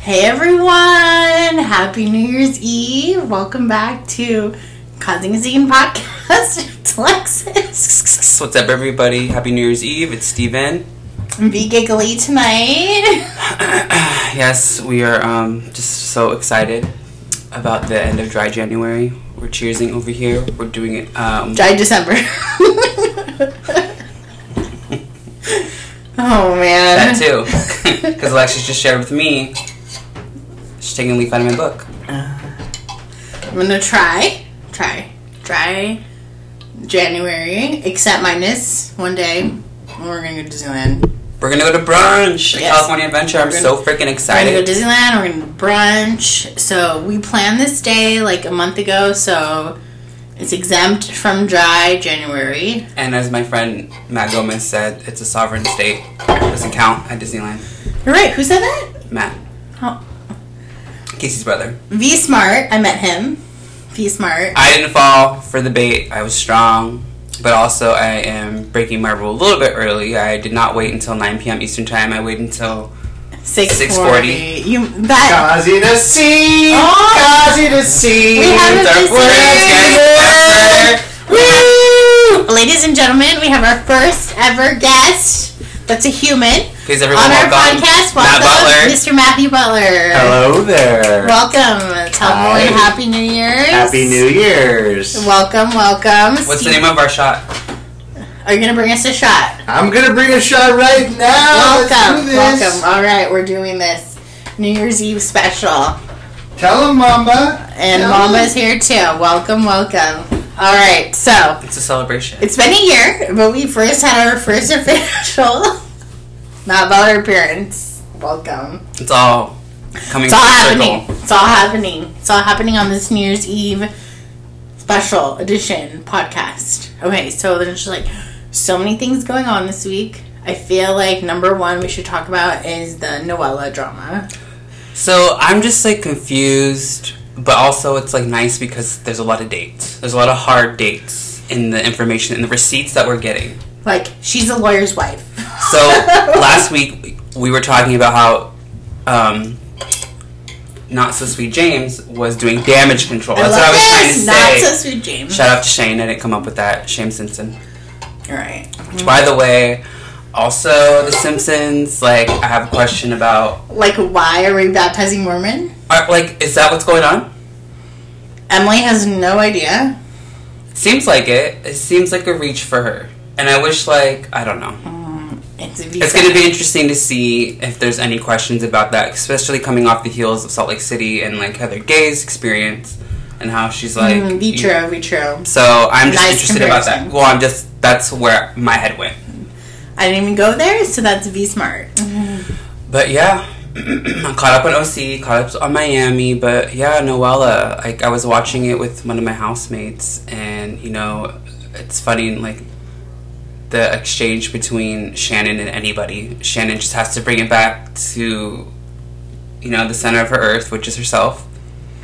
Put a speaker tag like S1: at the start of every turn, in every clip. S1: Hey everyone! Happy New Year's Eve! Welcome back to Causing a Scene Podcast. It's Alexis.
S2: What's up, everybody? Happy New Year's Eve. It's Steven.
S1: Be giggly tonight.
S2: Yes, we are um, just so excited about the end of dry January. We're cheersing over here. We're doing it. Um,
S1: Dry December. oh man.
S2: that too. Because Alexis just shared with me. She's taking a leaf out of my book.
S1: I'm gonna try. Try. Try January. Except minus one day. And we're gonna go to Disneyland.
S2: We're going to go to brunch. at
S1: Yes.
S2: California Adventure. I'm
S1: We're
S2: so freaking
S1: We're gonna go
S2: excited.
S1: to Disneyland. We're gonna brunch. So we planned this day like a month ago. So it's exempt from dry January.
S2: And as my friend Matt Gomez said, it's a sovereign state. doesn't count at Disneyland.
S1: You're right. Who said that?
S2: Matt.
S1: Oh.
S2: Casey's brother.
S1: V Smart. I met him. V Smart.
S2: I didn't fall for the bait. I was strong, but also I am breaking my rule a little bit early. I did not wait until 9 p.m. Eastern Time. I waited until
S1: Six
S2: 640.
S1: forty. You that.
S3: Kazi to see,
S1: Oh.
S3: Kazi to see.
S1: We have a
S2: Third quarter,
S1: visitor.
S2: guys.
S1: Woo! Ladies and gentlemen, we have our first ever guest. That's a human
S2: Please, everyone,
S1: on our
S2: welcome
S1: podcast.
S2: Matt
S1: Welcome,
S2: Butler.
S1: Mr. Matthew Butler.
S3: Hello there.
S1: Welcome. Tell
S3: Hi.
S1: everyone Happy New Year's.
S3: Happy New Year's.
S1: Welcome, welcome.
S2: What's the
S1: Steve-
S2: name of our shot?
S1: Are you gonna bring us a shot?
S3: I'm gonna bring a shot right now.
S1: Oh, welcome,
S3: Let's do this.
S1: welcome. All right, we're doing this New Year's Eve special,
S3: Tell him, Mamba.
S1: and
S3: Yeah.
S1: Mama's here too. Welcome, welcome. All right, so
S2: It's a celebration.
S1: it's been a year, but we first had our first official not about our appearance. Welcome.
S2: It's all coming
S1: It's all
S2: full
S1: happening.
S2: circle.
S1: It's all happening. It's all happening on this New Year's Eve special edition podcast. Okay, so there's just like so many things going on this week. I feel like number one we should talk about is the Noella drama.
S2: So I'm just like confused, but also it's like nice because there's a lot of dates. There's a lot of hard dates in the information in the receipts that we're getting.
S1: Like she's a lawyer's wife.
S2: So last week we were talking about how um, not so sweet James was doing damage control. That's what I
S1: love
S2: was trying to
S1: this.
S2: say.
S1: Not so sweet, James.
S2: Shout out to Shane. I didn't come up with that. Shane Simpson.
S1: All right.
S2: Which, by the way, also The Simpsons. Like I have a question about.
S1: Like, why are we baptizing Mormon?
S2: Are, like is that what's going on?
S1: Emily has no idea.
S2: Seems like it. It seems like a reach for her. And I wish like I don't know.
S1: It's,
S2: It's going to be interesting to see if there's any questions about that, especially coming off the heels of Salt Lake City and like Heather Gay's experience and how she's like.
S1: Mm, vitro, vitro.
S2: So I'm just
S1: Nice
S2: interested about that.
S1: comparison.
S2: Well, I'm just that's where my head went.
S1: I didn't even go there, so that's V smart.
S2: Mm-hmm. But yeah, I'm caught up on OC, caught up on Miami. But yeah, Noella. Like I was watching it with one of my housemates, and you know, it's funny like the exchange between Shannon and anybody. Shannon just has to bring it back to, you know, the center of her earth, which is herself.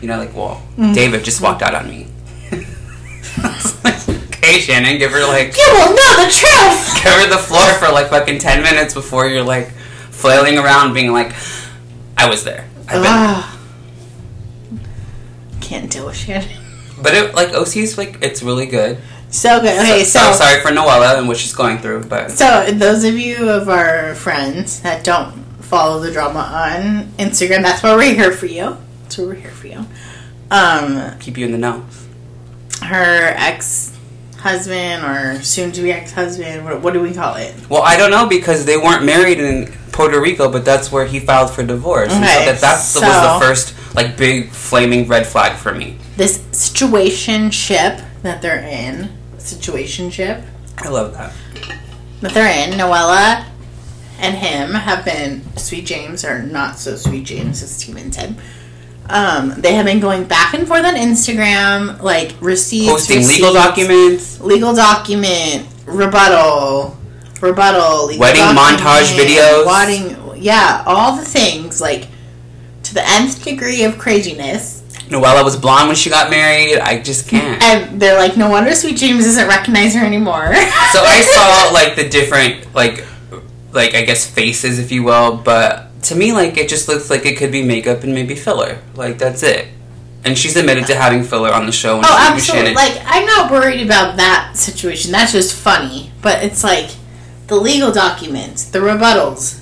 S2: You know, like, well, David just walked out on me. It's like, okay, Shannon, give her like
S1: You will know the truth.
S2: cover the floor for like fucking 10 minutes before you're like flailing around being like i was there I've been.
S1: Ugh. Can't deal with Shannon.
S2: but it like oc is like it's really good
S1: So good. Okay,
S2: so,
S1: so
S2: i'm sorry for noella and what she's going through but
S1: so those of you of our friends that don't follow the drama on Instagram, that's why we're here for you. That's why we're here for you. Um,
S2: keep you in the know
S1: her ex husband or soon to be ex husband. What, what do we call it?
S2: well i don't know because they weren't married in puerto rico but that's where he filed for divorce and
S1: Okay,
S2: so that that's the was
S1: so-
S2: the first like big flaming red flag for me
S1: This situation ship that they're in. Situation ship.
S2: i love that
S1: that they're in, Noella and him have been Sweet James or not so Sweet James, as Steven said. Um, they have been going back and forth on Instagram, like receipts,
S2: posting
S1: receipts,
S2: legal documents
S1: legal document, rebuttal, rebuttal, legal
S2: Wedding
S1: document,
S2: montage videos.
S1: wedding, yeah, all the things like to the nth degree of craziness.
S2: noella was blonde when she got married i just can't
S1: And they're like, no wonder Sweet James doesn't recognize her anymore.
S2: So I saw like the different like like I guess faces, if you will, but to me, like it just looks like it could be makeup and maybe filler. Like that's it. And she's admitted to having filler on the show. When
S1: Oh,
S2: she was
S1: absolutely.
S2: Shannon.
S1: Like, I'm not worried about that situation. That's just funny. But it's like the legal documents, the rebuttals,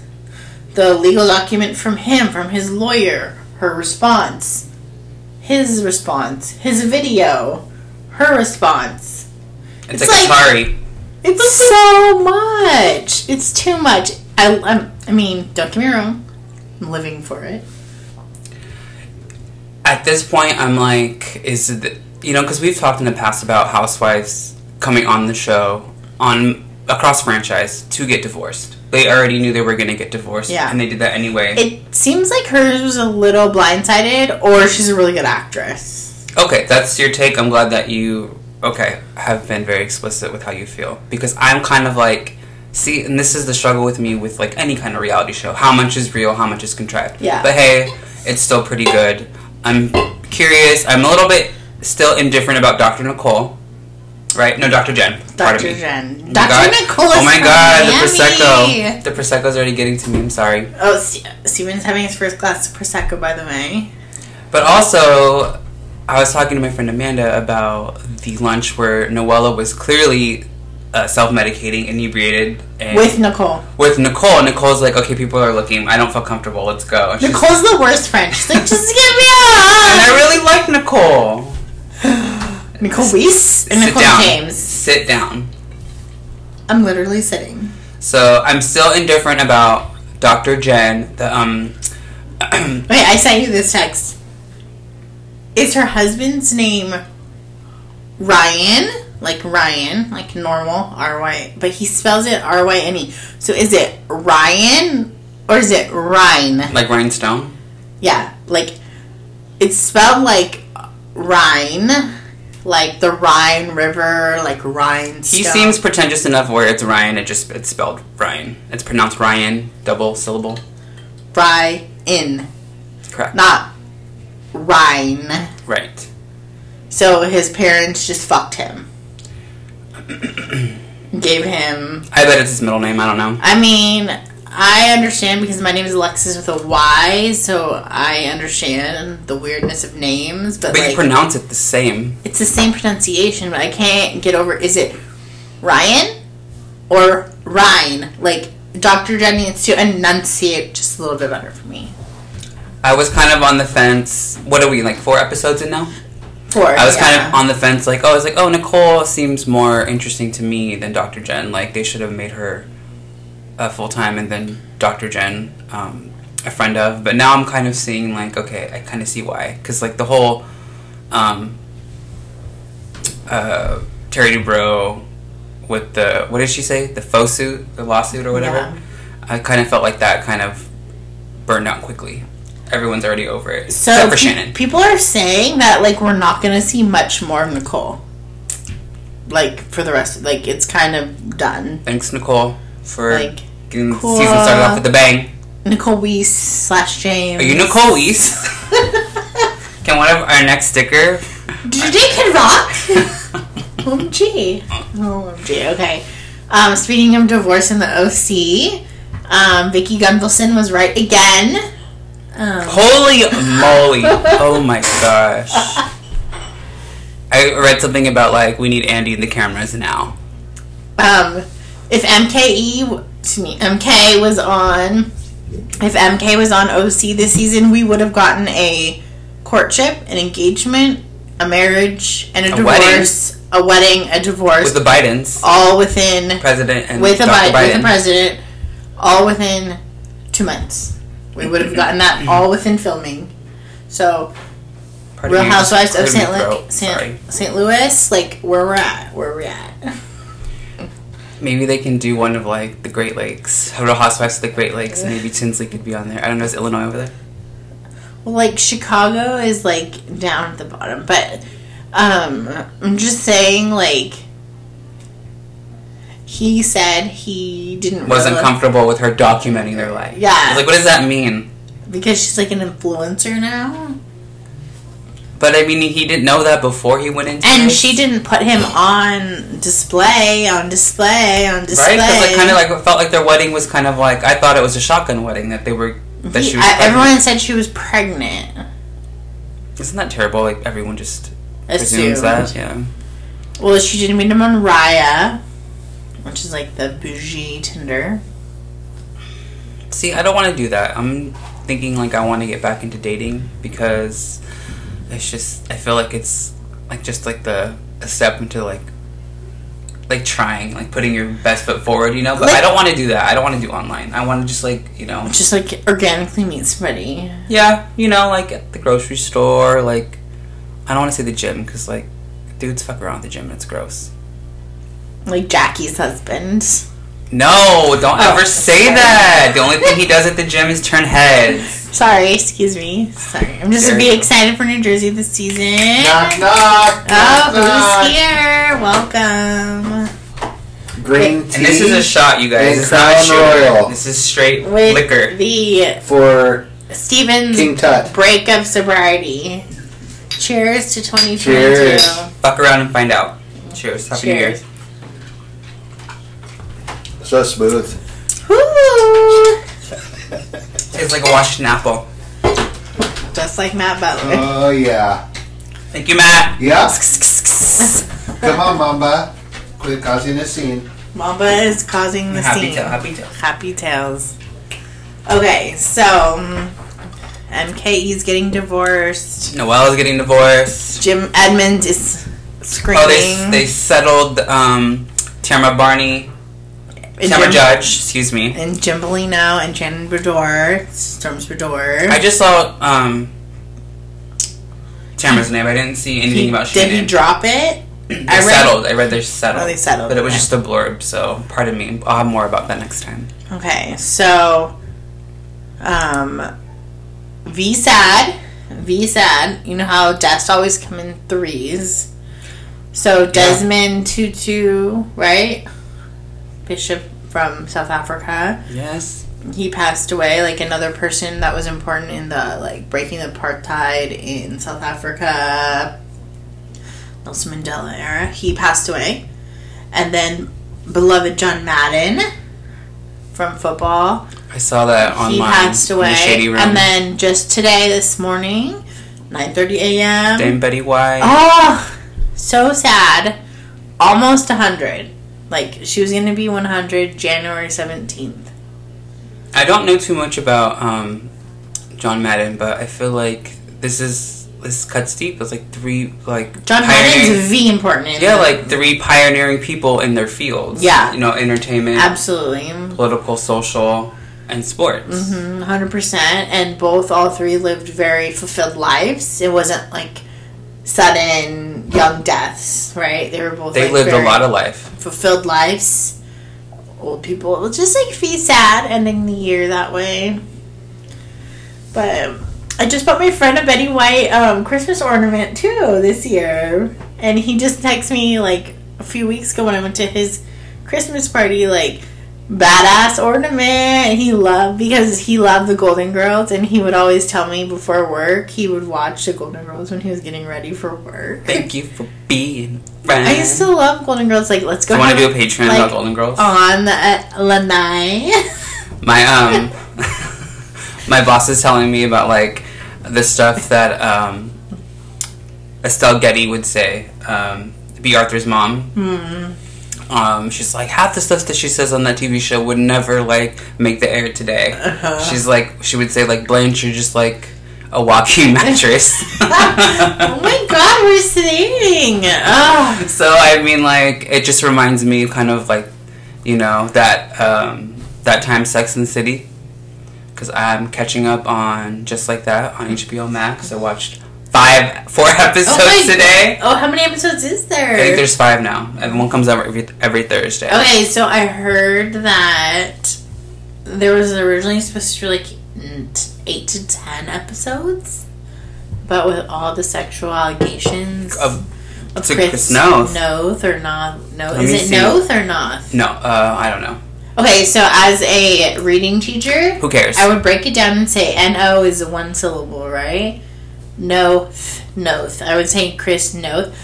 S1: the legal document from him, from his lawyer, her response, his response, his video, her response.
S2: it's,
S1: it's
S2: like,
S1: like-
S2: Atari.
S1: It's so much. It's too much. I, I'm, I mean, don't get me wrong. I'm living for it.
S2: At this point, I'm like, is th- you know, because we've talked in the past about housewives coming on the show on across franchise to get divorced. They already knew they were going to get divorced,
S1: Yeah.
S2: and they did that anyway.
S1: It seems like hers was a little blindsided, or she's a really good actress.
S2: Okay, that's your take. I'm glad that you okay have been very explicit with how you feel because I'm kind of like see, and this is the struggle with me with like any kind of reality show. How much is real? How much is contrived?
S1: Yeah.
S2: But hey, it's still pretty good. I'm curious. I'm a little bit still indifferent about Dr. Nicole. Right? No, Dr. Jen. Pardon
S1: Dr.
S2: me.
S1: Jen.
S2: Oh my
S1: Dr.
S2: God.
S1: Nicole is
S2: Oh my
S1: from
S2: god,
S1: Miami.
S2: the prosecco. The prosecco's already getting to me. I'm sorry.
S1: Oh, Ste- Steven's having his first glass of Prosecco, by the way.
S2: But also, I was talking to my friend Amanda about the lunch where Noella was clearly uh, self-medicating, inebriated, and
S1: With Nicole.
S2: with Nicole. Nicole's like, "Okay, people are looking. I don't feel comfortable. Let's go." And, she's-
S1: Nicole's the worst friend. She's like, just give me
S2: and I
S1: a hug.
S2: really like Nicole.
S1: Nicole Weiss and
S2: Sit
S1: Nicole
S2: down.
S1: James.
S2: Sit down.
S1: I'm literally sitting.
S2: So I'm still indifferent about Dr. Jen. The um,
S1: Wait, I sent you this text. Is her husband's name Ryan? Like Ryan, like normal R Y, but he spells it R Y N E. So is it Ryan or is it Rhine?
S2: like rhinestone.
S1: Yeah, like it's spelled like Rhine, like the Rhine River, like Rhine.
S2: He seems pretentious enough where it's Ryan. It just it's spelled Ryan. It's pronounced Ryan, double syllable.
S1: Rhine,
S2: Correct.
S1: not Rhine.
S2: right.
S1: So his parents just fucked him, gave him.
S2: I bet it's his middle name. I don't know.
S1: I mean, I understand because my name is Alexis with a Y, so I understand the weirdness of names, but,
S2: But
S1: like,
S2: you pronounce it the same.
S1: it's the same pronunciation, but I can't get over. Is it Ryan or Rhine? Like Dr. Jen needs to enunciate just a little bit better for me.
S2: I was kind of on the fence. What are we like four episodes in now?
S1: For
S2: I was kind of on the fence. Like, oh, I was like, oh, Nicole seems more interesting to me than Dr. Jen. Like, they should have made her uh, full time and then Dr. Jen um, a friend of. But now I'm kind of seeing like, okay, I kind of see why because like the whole um, uh, Terry Dubrow with the what did she say the faux suit, the lawsuit or whatever.
S1: Yeah.
S2: I kind of felt like that kind of burned out quickly. Everyone's already over it,
S1: so
S2: except for
S1: pe-
S2: Shannon.
S1: People are saying that like we're not gonna see much more of Nicole. Like for the rest, like it's kind of done.
S2: Thanks, Nicole, for
S1: Like
S2: getting the
S1: cool.
S2: season started off with a bang.
S1: Nicole Weiss slash James.
S2: Are you Nicole East? Can one of our next sticker?
S1: Did your dick hit rock? OMG.
S2: Oh,
S1: OMG, okay. Um, speaking of divorce in the OC, um, Vicky Gunvalson was right again. Um,
S2: Holy moly! Oh my gosh! I read something about like we need Andy in the cameras now.
S1: um, if MKE, w- excuse me, MK was on, if MK was on OC this season, we would have gotten a courtship, an engagement, a marriage, and a,
S2: A wedding.
S1: divorce, a wedding, a divorce,
S2: With the Bidens,
S1: all within
S2: president and
S1: Oh. with a Bi-
S2: Dr. Biden.
S1: with the president, all within two months. We would have gotten that
S2: Mm-hmm.
S1: all within filming. So
S2: Pardon
S1: Real
S2: me,
S1: Housewives of
S2: cleared
S1: St.
S2: my
S1: Lu-
S2: throat. Sorry.
S1: St. St. Louis, like where we're at, where we're at.
S2: Maybe they can do one of like the Great Lakes, Real Housewives of the Great Lakes. and Maybe Tinsley could be on there. I don't know. Is Illinois over there?
S1: Well, like Chicago is like down at the bottom, but um, I'm just saying, like he said he didn't
S2: Wasn't
S1: reali-
S2: comfortable with her documenting their life.
S1: Yeah.
S2: I was like, what does that mean?
S1: because she's like an influencer now.
S2: But I mean, he didn't know that before he went into.
S1: And
S2: this.
S1: she didn't put him on display, on display, on display.
S2: right? Because like, kind of like it felt like their wedding was kind of like I thought it was a shotgun wedding that they were that she was.
S1: I,
S2: pregnant.
S1: uh, everyone said she was pregnant.
S2: Isn't that terrible? Like everyone just presumes
S1: Assumed.
S2: that. Yeah.
S1: Well, she didn't meet him on Raya, which is like the bougie Tinder.
S2: See, I don't want to do that. I'm thinking like I want to get back into dating because it's just I feel like it's like just like the a step into like like trying like putting your best foot forward, you know. But I
S1: Like-
S2: don't want to do that. I don't want to do online. I want to just like you know,
S1: Just like organically meet somebody.
S2: yeah, you know, like at the grocery store. Like I don't want to say the gym because like dudes fuck around at the gym. and It's gross.
S1: Like Jackie's husband.
S2: No, don't
S1: Oh,
S2: ever say
S1: sorry.
S2: that. The only thing he does at the gym is turn heads.
S1: Sorry, excuse me. Sorry. I'm just
S2: There
S1: be
S2: you go.
S1: excited for New Jersey this season.
S3: Knock, knock, knock,
S1: Oh, who's
S3: knock.
S1: here? Welcome.
S3: Green tea
S2: And this is a shot, you guys.
S3: And
S2: It's not a
S3: Crown
S2: shooter.
S3: Royal.
S2: This is straight
S1: With
S2: liquor.
S1: the
S3: for
S1: Stevens
S3: King Tut.
S1: break of sobriety. Cheers to 2022.
S3: Cheers.
S2: Fuck around and find out. Cheers. Happy
S1: Cheers.
S3: So smooth.
S1: Woo!
S2: New Year. It's like a washed apple.
S1: Just like Matt Butler.
S3: Oh yeah.
S2: Thank you, Matt.
S3: Yep. Come on, Mamba. Quit causing a scene.
S1: Mamba is causing the
S2: happy
S1: scene.
S2: tail. Happy tail.
S1: Happy Tales. Okay, so um, MKE's E getting divorced.
S2: Noelle is getting divorced.
S1: Jim Edmund is screaming.
S2: Oh, they they settled um, Tamara Barney,
S1: and
S2: Tamara
S1: Jim-
S2: Judge. Excuse me.
S1: And Jim Bellino and Shannon Bredor. Storms Bredor.
S2: I just saw um, Tamara's name. I didn't see anything
S1: He-
S2: about
S1: did
S2: Shannon.
S1: he drop it?
S2: They
S1: I read-
S2: settled. I read they're settled.
S1: Oh, they settled,
S2: But it was
S1: okay.
S2: just a blurb, so pardon me. I'll have more about that next time.
S1: Okay, so um V sad. V sad. You know how deaths always come in threes. So Desmond Tutu, right? Bishop from South Africa.
S2: Yes.
S1: He passed away, like another person that was important in the like breaking apartheid in South Africa. Nelson Mandela era. He passed away. And then beloved John Madden from football
S2: I saw that online.
S1: he passed away
S2: In the shady room.
S1: and then just today this morning 9.30 a.m
S2: Dame Betty White.
S1: oh so sad almost 100 like she was gonna be 100 january 17th
S2: I don't know too much about um, John Madden, but I feel like this is this cuts deep. It's like three like
S1: john madden's v important in
S2: yeah,
S1: the-
S2: like three pioneering people in their fields.
S1: Yeah.
S2: you know, entertainment,
S1: absolutely
S2: political, social, and sports.
S1: Mhm, 100% and both all three lived very fulfilled lives it wasn't like sudden young deaths right they were both
S2: They
S1: like,
S2: lived
S1: very-
S2: a lot of life.
S1: fulfilled lives. Old people just like be sad ending the year that way. But um, I just bought my friend a Betty White um, Christmas ornament too this year, and he just texted me like a few weeks ago when I went to his Christmas party like badass ornament and he loved because he loved the golden girls and he would always tell me before work he would watch the golden girls when he was getting ready for work
S2: Thank you for being friends.
S1: i used to love golden girls like let's go
S2: want to
S1: have
S2: do a Patreon
S1: like,
S2: about Golden Girls.
S1: on the uh, lanai.
S2: my um my boss is telling me about like the stuff that um Estelle Getty would say um B Arthur's mom
S1: Hmm.
S2: um she's like half the stuff that she says on that TV show would never like make the air today
S1: Uh-huh.
S2: she's like she would say like Blanche you're just like a walking mattress
S1: oh my god, we're singing. Oh,
S2: so I mean, like, it just reminds me kind of like, you know, that um, that time Sex and the City, because I'm catching up on just like that on HBO Max. I watched five, four episodes
S1: Oh my
S2: today.
S1: oh, how many episodes is there?
S2: I think there's five now, and one comes out every every Thursday.
S1: okay, so I heard that there was originally supposed to be like mm, t- eight to ten episodes, but with all the sexual allegations
S2: Of-
S1: of
S2: to
S1: Chris
S2: Chris Noth.
S1: Noth or not? No,
S2: Let
S1: is
S2: me
S1: it
S2: see.
S1: Noth or Noth?
S2: No, uh, I don't know.
S1: Okay, so as a reading teacher,
S2: Who cares?
S1: I would break it down and say no is a one syllable, right? No, noth. I would say Chris Noth.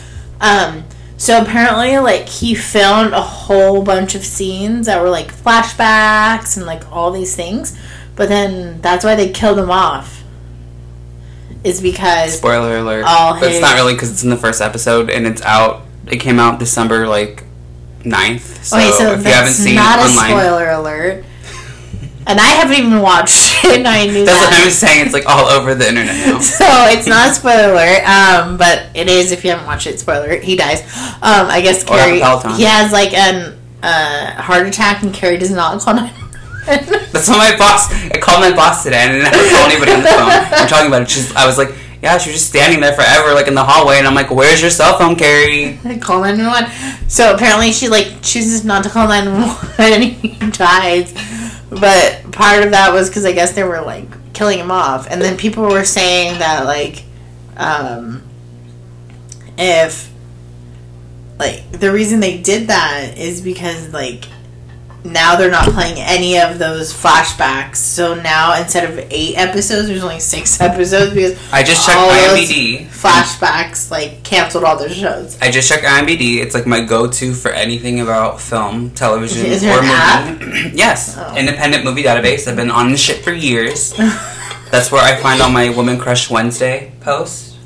S1: Um, so apparently, like he filmed a whole bunch of scenes that were like flashbacks and like all these things, But then that's why they killed him off. Is because
S2: Spoiler alert.
S1: All
S2: but it's not
S1: hate.
S2: really because it's in the first episode and it's out. It came out December like 9th. So,
S1: okay, so
S2: if
S1: that's
S2: you haven't seen
S1: not
S2: it
S1: a
S2: online,
S1: spoiler alert. And I haven't even watched it. And I knew
S2: that's
S1: that.
S2: what I'm saying. It's like all over the internet now.
S1: so it's not a spoiler alert, um, but it is if you haven't watched it. Spoiler: alert, he dies. Um, I guess
S2: Or
S1: Carrie.
S2: Peloton.
S1: He has like an uh, heart attack, and Carrie does not call nine.
S2: That's what my boss. I called my boss today and I didn't have to call anybody on the phone. I'm talking about it. She's, I was like, yeah, she was just standing there forever, like in the hallway, and I'm like, where's your cell phone, Carrie?
S1: call 911. So apparently she like chooses not to call 911 and he dies. But part of that was because I guess they were like killing him off. And then people were saying that like um, if like the reason they did that is because like now they're not playing any of those flashbacks. So now instead of eight episodes, there's only six episodes because
S2: I just checked
S1: All those
S2: IMDb.
S1: flashbacks like canceled all their shows.
S2: I just checked IMDb. It's like my go-to for anything about film, television,
S1: Is there
S2: or
S1: an
S2: movie.
S1: app?
S2: yes,
S1: Oh.
S2: independent movie database. I've been on this shit for years. That's where I find all my Woman Crush Wednesday posts.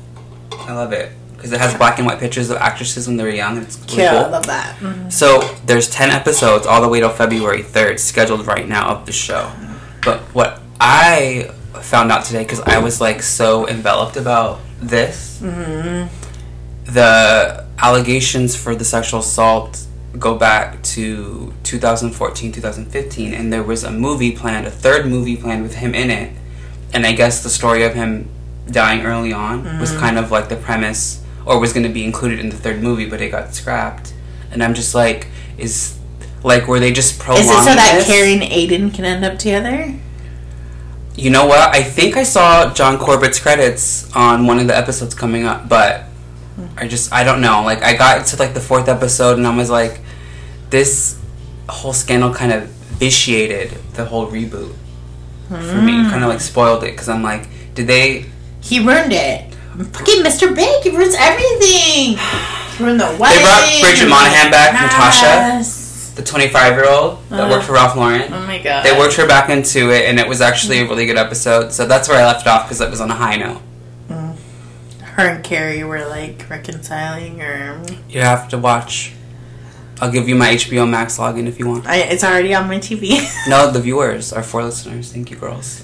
S2: I love it because it has black and white pictures of actresses when they were young. It's really
S1: Yeah, I
S2: cool.
S1: love that.
S2: Mm-hmm. So there's ten episodes all the way till February third scheduled right now of the show. But what I found out today because I was like so enveloped about this,
S1: Mm-hmm.
S2: the allegations for the sexual assault go back to 2014, 2015, and there was a movie planned, a third movie planned with him in it. And I guess the story of him dying early on was
S1: Mm-hmm.
S2: kind of like the premise, or was going to be included in the third movie, but it got scrapped. And I'm just like, is like were they just prolonging
S1: Is it so that
S2: this?
S1: Carrie and Aiden can end up together?
S2: You know what? I think I saw John Corbett's credits on one of the episodes coming up, but I just I don't know. Like I got to like the fourth episode and I was like, this whole scandal kind of vitiated the whole reboot for me. Kind of like spoiled it because I'm like, did they?
S1: He ruined it. Fucking Mr. Big, he ruins everything. He ruined the wedding.
S2: Bridget Monahan back,
S1: Yes.
S2: The 25 year old that worked for Ralph Lauren.
S1: Oh my god.
S2: They worked her back into it, and it was actually a really good episode. So that's where I left off because it was on a high note.
S1: Her and Carrie were like reconciling, or
S2: You have to watch. I'll give you my HBO Max login if you want.
S1: I, it's already on my TV.
S2: No, the viewers, our four listeners. Thank you, girls.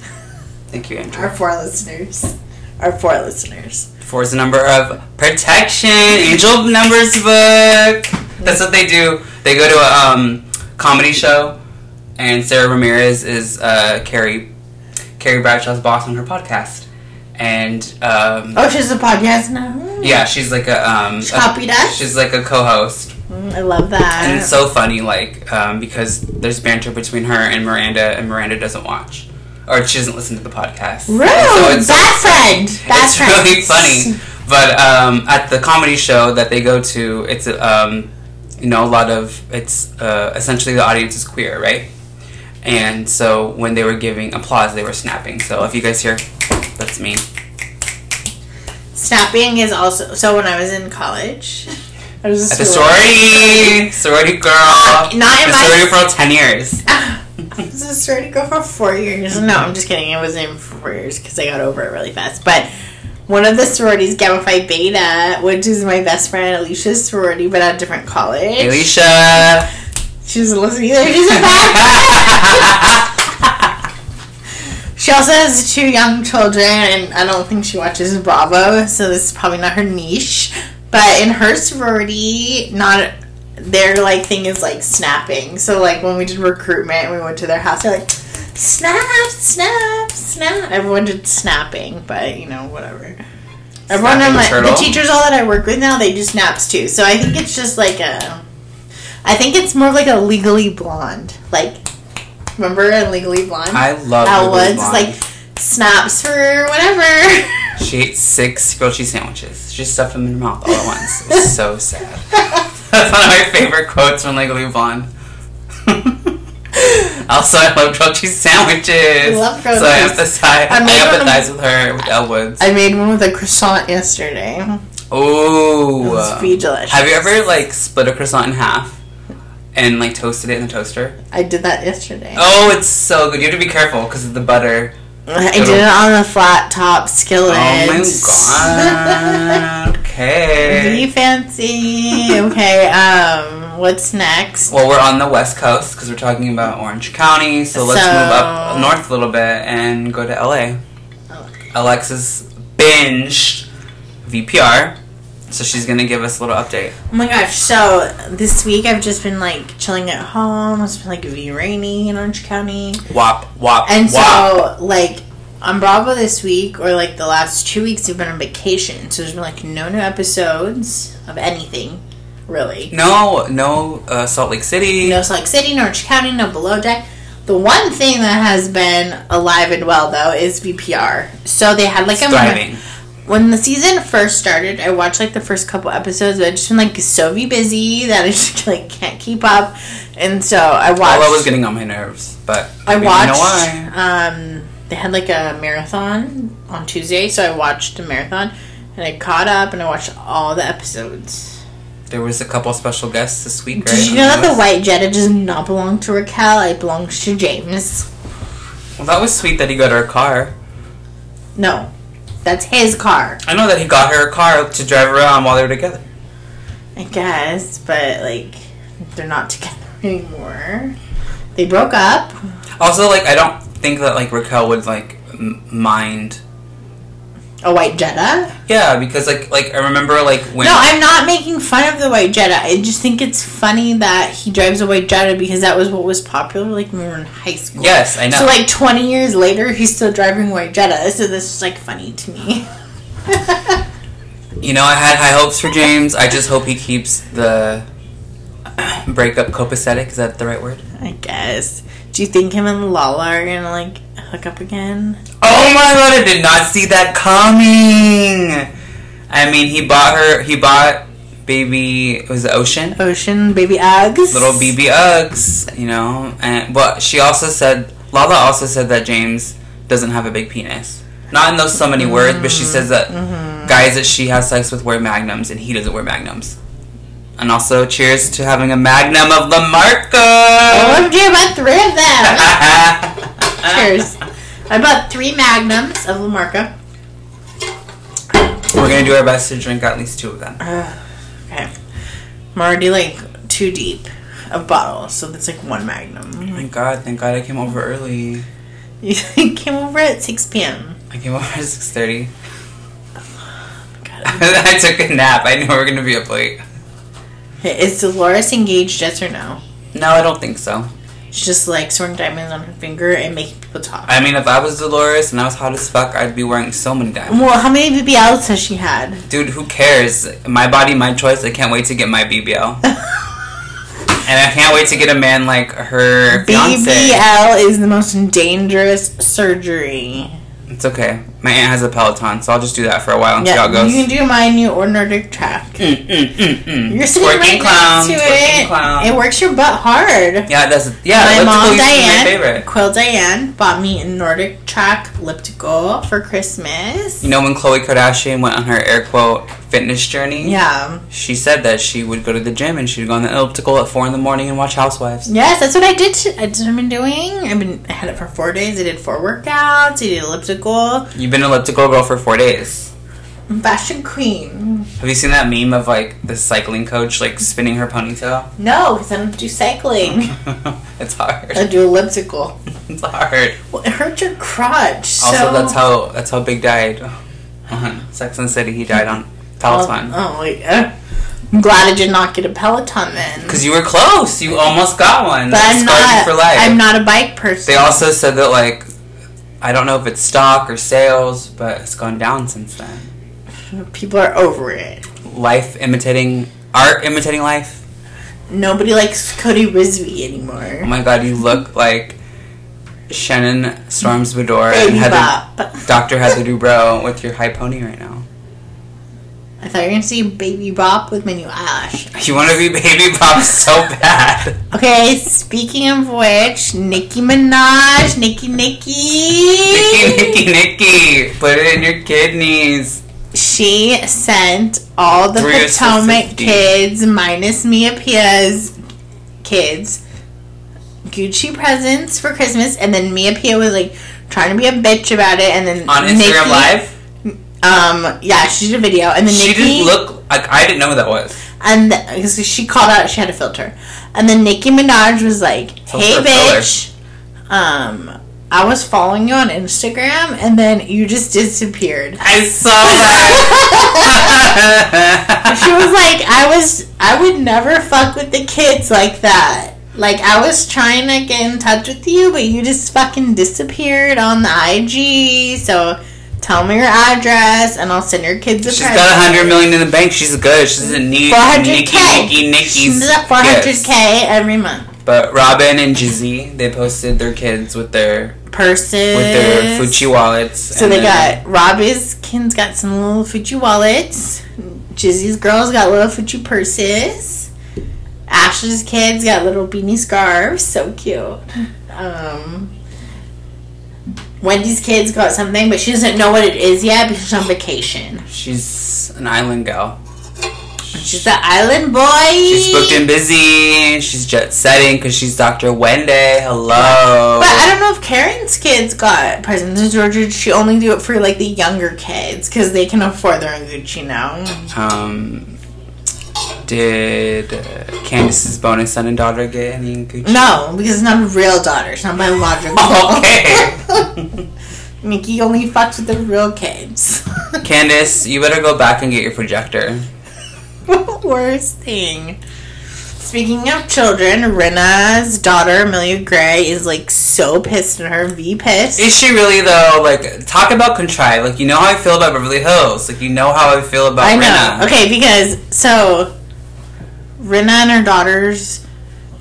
S2: Thank you, Andrew.
S1: Our four listeners. Our four listeners.
S2: Four is the number of protection. Angel numbers book. That's what they do. They go to a um, comedy show, and Sarah Ramirez is uh, Carrie Carrie Bradshaw's boss on her podcast, and um,
S1: Oh, she's a podcast now. Mm,
S2: yeah, she's like a, um,
S1: She
S2: a-
S1: copied us.
S2: she's like a co-host.
S1: mm, I love that.
S2: and it's so funny like um, because there's banter between her and miranda and miranda doesn't watch or she doesn't listen to the podcast
S1: Rude.
S2: And so
S1: Bad friend. Bad
S2: it's
S1: friend.
S2: really funny but um, at the comedy show that they go to it's um, you know a lot of it's uh, essentially the audience is queer right and so when they were giving applause they were snapping so if you guys hear that's me
S1: Snapping is also. So when I was in college, I was a
S2: at the sorority sorority girl
S1: Not in my-
S2: Been sorority for 10 years
S1: I was a sorority girl for four years. No, I'm just kidding. It wasn't even four years because I got over it really fast. But one of the sororities, Gamma Phi Beta, which is my best friend Alicia's sorority, but at a different college.
S2: alicia
S1: She doesn't listen either. She's a bad friend. She also has two young children, and I don't think she watches Bravo, so this is probably not her niche. But in her sorority, not their like thing is like snapping. So like when we did recruitment, we went to their house. They're like, snap, snap, snap. Everyone did snapping, but you know whatever. Everyone,
S2: Snapping
S1: in my, the
S2: turtle?
S1: teachers all that I work with now, they do snaps too. So I think it's just like a. I think it's more of like a legally blonde. Like, remember in Legally Blonde?
S2: I love
S1: Al
S2: Legally
S1: Woods,
S2: Blonde.
S1: like snaps for whatever.
S2: She ate six grilled cheese sandwiches. She just stuffed them in her mouth all at once. It was so sad. That's one of my favorite quotes from Legally Blonde. also, I love grilled cheese sandwiches.
S1: I love grilled
S2: so I
S1: cheese. um,
S2: emphasize,
S1: I
S2: I
S1: made one-
S2: empathize with her with Elwoods.
S1: I made one with a croissant yesterday. It was
S2: Oh, uh,
S1: pretty delicious.
S2: have you ever like split a croissant in half and like toasted it in the toaster.
S1: I did that yesterday.
S2: Oh, it's so good. You have to be careful because of the butter.
S1: I did it on a flat top skillet.
S2: Oh my Oh god. Okay.
S1: Be fancy. okay, um, what's next?
S2: Well, we're on the west coast because we're talking about Orange County, so let's
S1: So-
S2: move up north a little bit and go to LA. Alexis binged VPR, so she's gonna give us a little update.
S1: Oh my gosh, so this week I've just been like chilling at home. It's been like V rainy in Orange County.
S2: Wop, wop,
S1: And
S2: wop.
S1: so, like, on Bravo this week, or like the last two weeks, we've been on vacation. So there's been like no new episodes of anything, really.
S2: no, no uh, Salt Lake City.
S1: No Salt Lake City, no Orange County, no Below Deck. The one thing that has been alive and well, though, is VPR. So they had like a
S2: Thriving.
S1: when the season first started, I watched like the first couple episodes, but I've just been like so busy that I just like can't keep up. And so I watched.
S2: Although I was getting on my nerves, but
S1: I
S2: we
S1: watched.
S2: Know why.
S1: Um, they had like a marathon on Tuesday, so I watched a marathon, and I caught up and I watched all the episodes.
S2: There was a couple special guests this week. Right?
S1: Did you know that the white Jetta does not belong to Raquel? It belongs to James.
S2: Well, that was sweet that he got her a car.
S1: No, that's his car,
S2: I know that he got her a car to drive around while they were together.
S1: I guess, but like they're not together anymore. They broke up.
S2: Also, like I don't think that like Raquel would like m- mind.
S1: A white Jetta?
S2: Yeah, because like like I remember like when
S1: No, I'm not making fun of the white Jetta. I just think it's funny that he drives a white Jetta because that was what was popular like when we were in high school.
S2: yes I know.
S1: So like 20 years later, he's still driving white Jetta. So this is like funny to me.
S2: you know I had high hopes for James. I just hope he keeps the breakup copacetic. Is that the right word?
S1: I guess. Do you think him and Lala are gonna like hook up again?
S2: Oh my god, I did not see that coming. I mean, he bought her. He bought baby. It was the ocean.
S1: Ocean, baby Uggs.
S2: little BB Uggs, you know. And but she also said Lala also said that James doesn't have a big penis. Not in those so many words, but she says that
S1: Mm-hmm.
S2: guys that she has sex with wear magnums and he doesn't wear magnums. And also cheers to having a magnum of the
S1: Oh,
S2: marker.
S1: I bought three of them. Cheers. I bought three magnums of La Marca.
S2: We're gonna do our best to drink at least two of them.
S1: Okay. I'm already like two deep of bottles, so that's like one magnum.
S2: Thank God, thank God I came over early.
S1: You came over at 6 p.m.
S2: I came over at six thirty.
S1: Oh God.
S2: I took a nap. I knew we were gonna be up late.
S1: Is Dolores engaged, yes or no?
S2: No, I don't think so.
S1: She's just like sewing diamonds on her finger and making people talk.
S2: I mean, if I was Dolores and I was hot as fuck, I'd be wearing so many diamonds.
S1: well, how many BBLs has she had?
S2: Dude, who cares? My body, my choice. I can't wait to get my BBL. and I can't wait to get a man like her fiance.
S1: BBL is the most dangerous surgery.
S2: It's okay. My aunt has a Peloton, so I'll just do that for a while and see how
S1: Yeah,
S2: it goes.
S1: you can do mine. You or Nordic track.
S2: Mm, mm, mm, mm.
S1: You're sitting
S2: Twerking
S1: right next
S2: clown,
S1: to
S2: twerking
S1: it.
S2: clown.
S1: It works your butt hard.
S2: Yeah, it does. Yeah,
S1: My
S2: elliptical
S1: mom
S2: used to be my
S1: Diane,
S2: favorite.
S1: Quill Diane, bought me a Nordic track elliptical for Christmas.
S2: You know when Khloe Kardashian went on her air quote fitness journey?
S1: Yeah.
S2: She said that she would go to the gym and she'd go on the elliptical at four in the morning and watch Housewives.
S1: Yes, that's what I did. t- That's what I've been doing. I've been I had it for four days. I did four workouts. I did elliptical.
S2: You've been an elliptical girl for four days.
S1: I'm fashion queen.
S2: Have you seen that meme of like the cycling coach like spinning her ponytail?
S1: No, because I don't do cycling.
S2: it's hard.
S1: I do elliptical.
S2: It's hard.
S1: Well, it hurts your crotch. so-
S2: also, that's how that's how Big died on Sex and the City. He died on Peloton.
S1: Oh, oh yeah. I'm glad I did not get a Peloton then.
S2: Cause you were close. You almost got one.
S1: But
S2: That
S1: I'm
S2: scarred
S1: not.
S2: you for life.
S1: I'm not a bike person.
S2: They also said that like I don't know if it's stock or sales, but it's gone down since then.
S1: People are over it.
S2: Life imitating art, imitating life.
S1: Nobody likes Cody Risby
S2: Oh
S1: anymore.
S2: my god, you look like Shannon Storms Bedore and
S1: Baby
S2: Heather,
S1: Bop.
S2: Dr. Heather Dubrow with your high pony right now.
S1: I thought you were gonna see Baby Bop with my new eyelash.
S2: You want to be Baby Bob so bad.
S1: Okay, speaking of which, Nicki Minaj, Nicki
S2: Nikki,
S1: Nicki,
S2: Nikki, Nikki. Put it in your kidneys.
S1: she sent all the
S2: Three is for
S1: Potomac
S2: 50.
S1: kids minus Mia Pia's kids Gucci presents for Christmas, and then Mia Pia was like trying to be a bitch about it, and then
S2: on Instagram
S1: Nikki-
S2: Live.
S1: Um, yeah, she did a video, and then
S2: She
S1: Nikki,
S2: didn't look like I didn't know what that was.
S1: and th- so she called out she had a filter, and then Nicki Minaj was like, "Hey,
S2: Filter,
S1: bitch, um, I was following you on Instagram, and then you just disappeared."
S2: I saw that.
S1: she was like, I was, I would never fuck with the kids like that. Like, I was trying to get in touch with you, but you just fucking disappeared on the IG. So tell me your address and I'll send your kids a
S2: She's
S1: present.
S2: got a hundred million in the bank. She's good. She doesn't need
S1: 400K.
S2: Nikki, Nikki, Nikki's
S1: She's at 400k
S2: gifts.
S1: every month.
S2: But Robin and Jizzy, they posted their kids with their
S1: Purses.
S2: with their Fuchi wallets.
S1: So they got Robbie's kin's got some little Fuji wallets. Jizzy's girls got little Fuji purses. Ashley's kids got little beanie scarves. So cute. Um, Wendy's kids got something, but she doesn't know what it is yet because she's on vacation.
S2: She's an island gal.
S1: She's an island boy.
S2: She's booked and busy. She's jet setting because she's Dr. Wendy. Hello.
S1: But I don't know if Karen's kids got presents in Georgia. Did She only do it for like the younger kids because they can afford their own Gucci now.
S2: Um, did uh, Candace's bonus son and daughter get any Gucci?
S1: No, because it's not a real daughter. It's not biological.
S2: Oh, okay.
S1: Mickey only fucks with the real kids.
S2: Candace, you better go back and get your projector.
S1: Worst thing. Speaking of children, Rinna's daughter, Amelia Gray, is like so pissed at her. V pissed.
S2: Is she really though? Like, talk about contrived. Like, you know how I feel about Beverly Hills. Like, you know how I feel about
S1: I
S2: Oh, Rena.
S1: know. Okay, because so Rinna and her daughters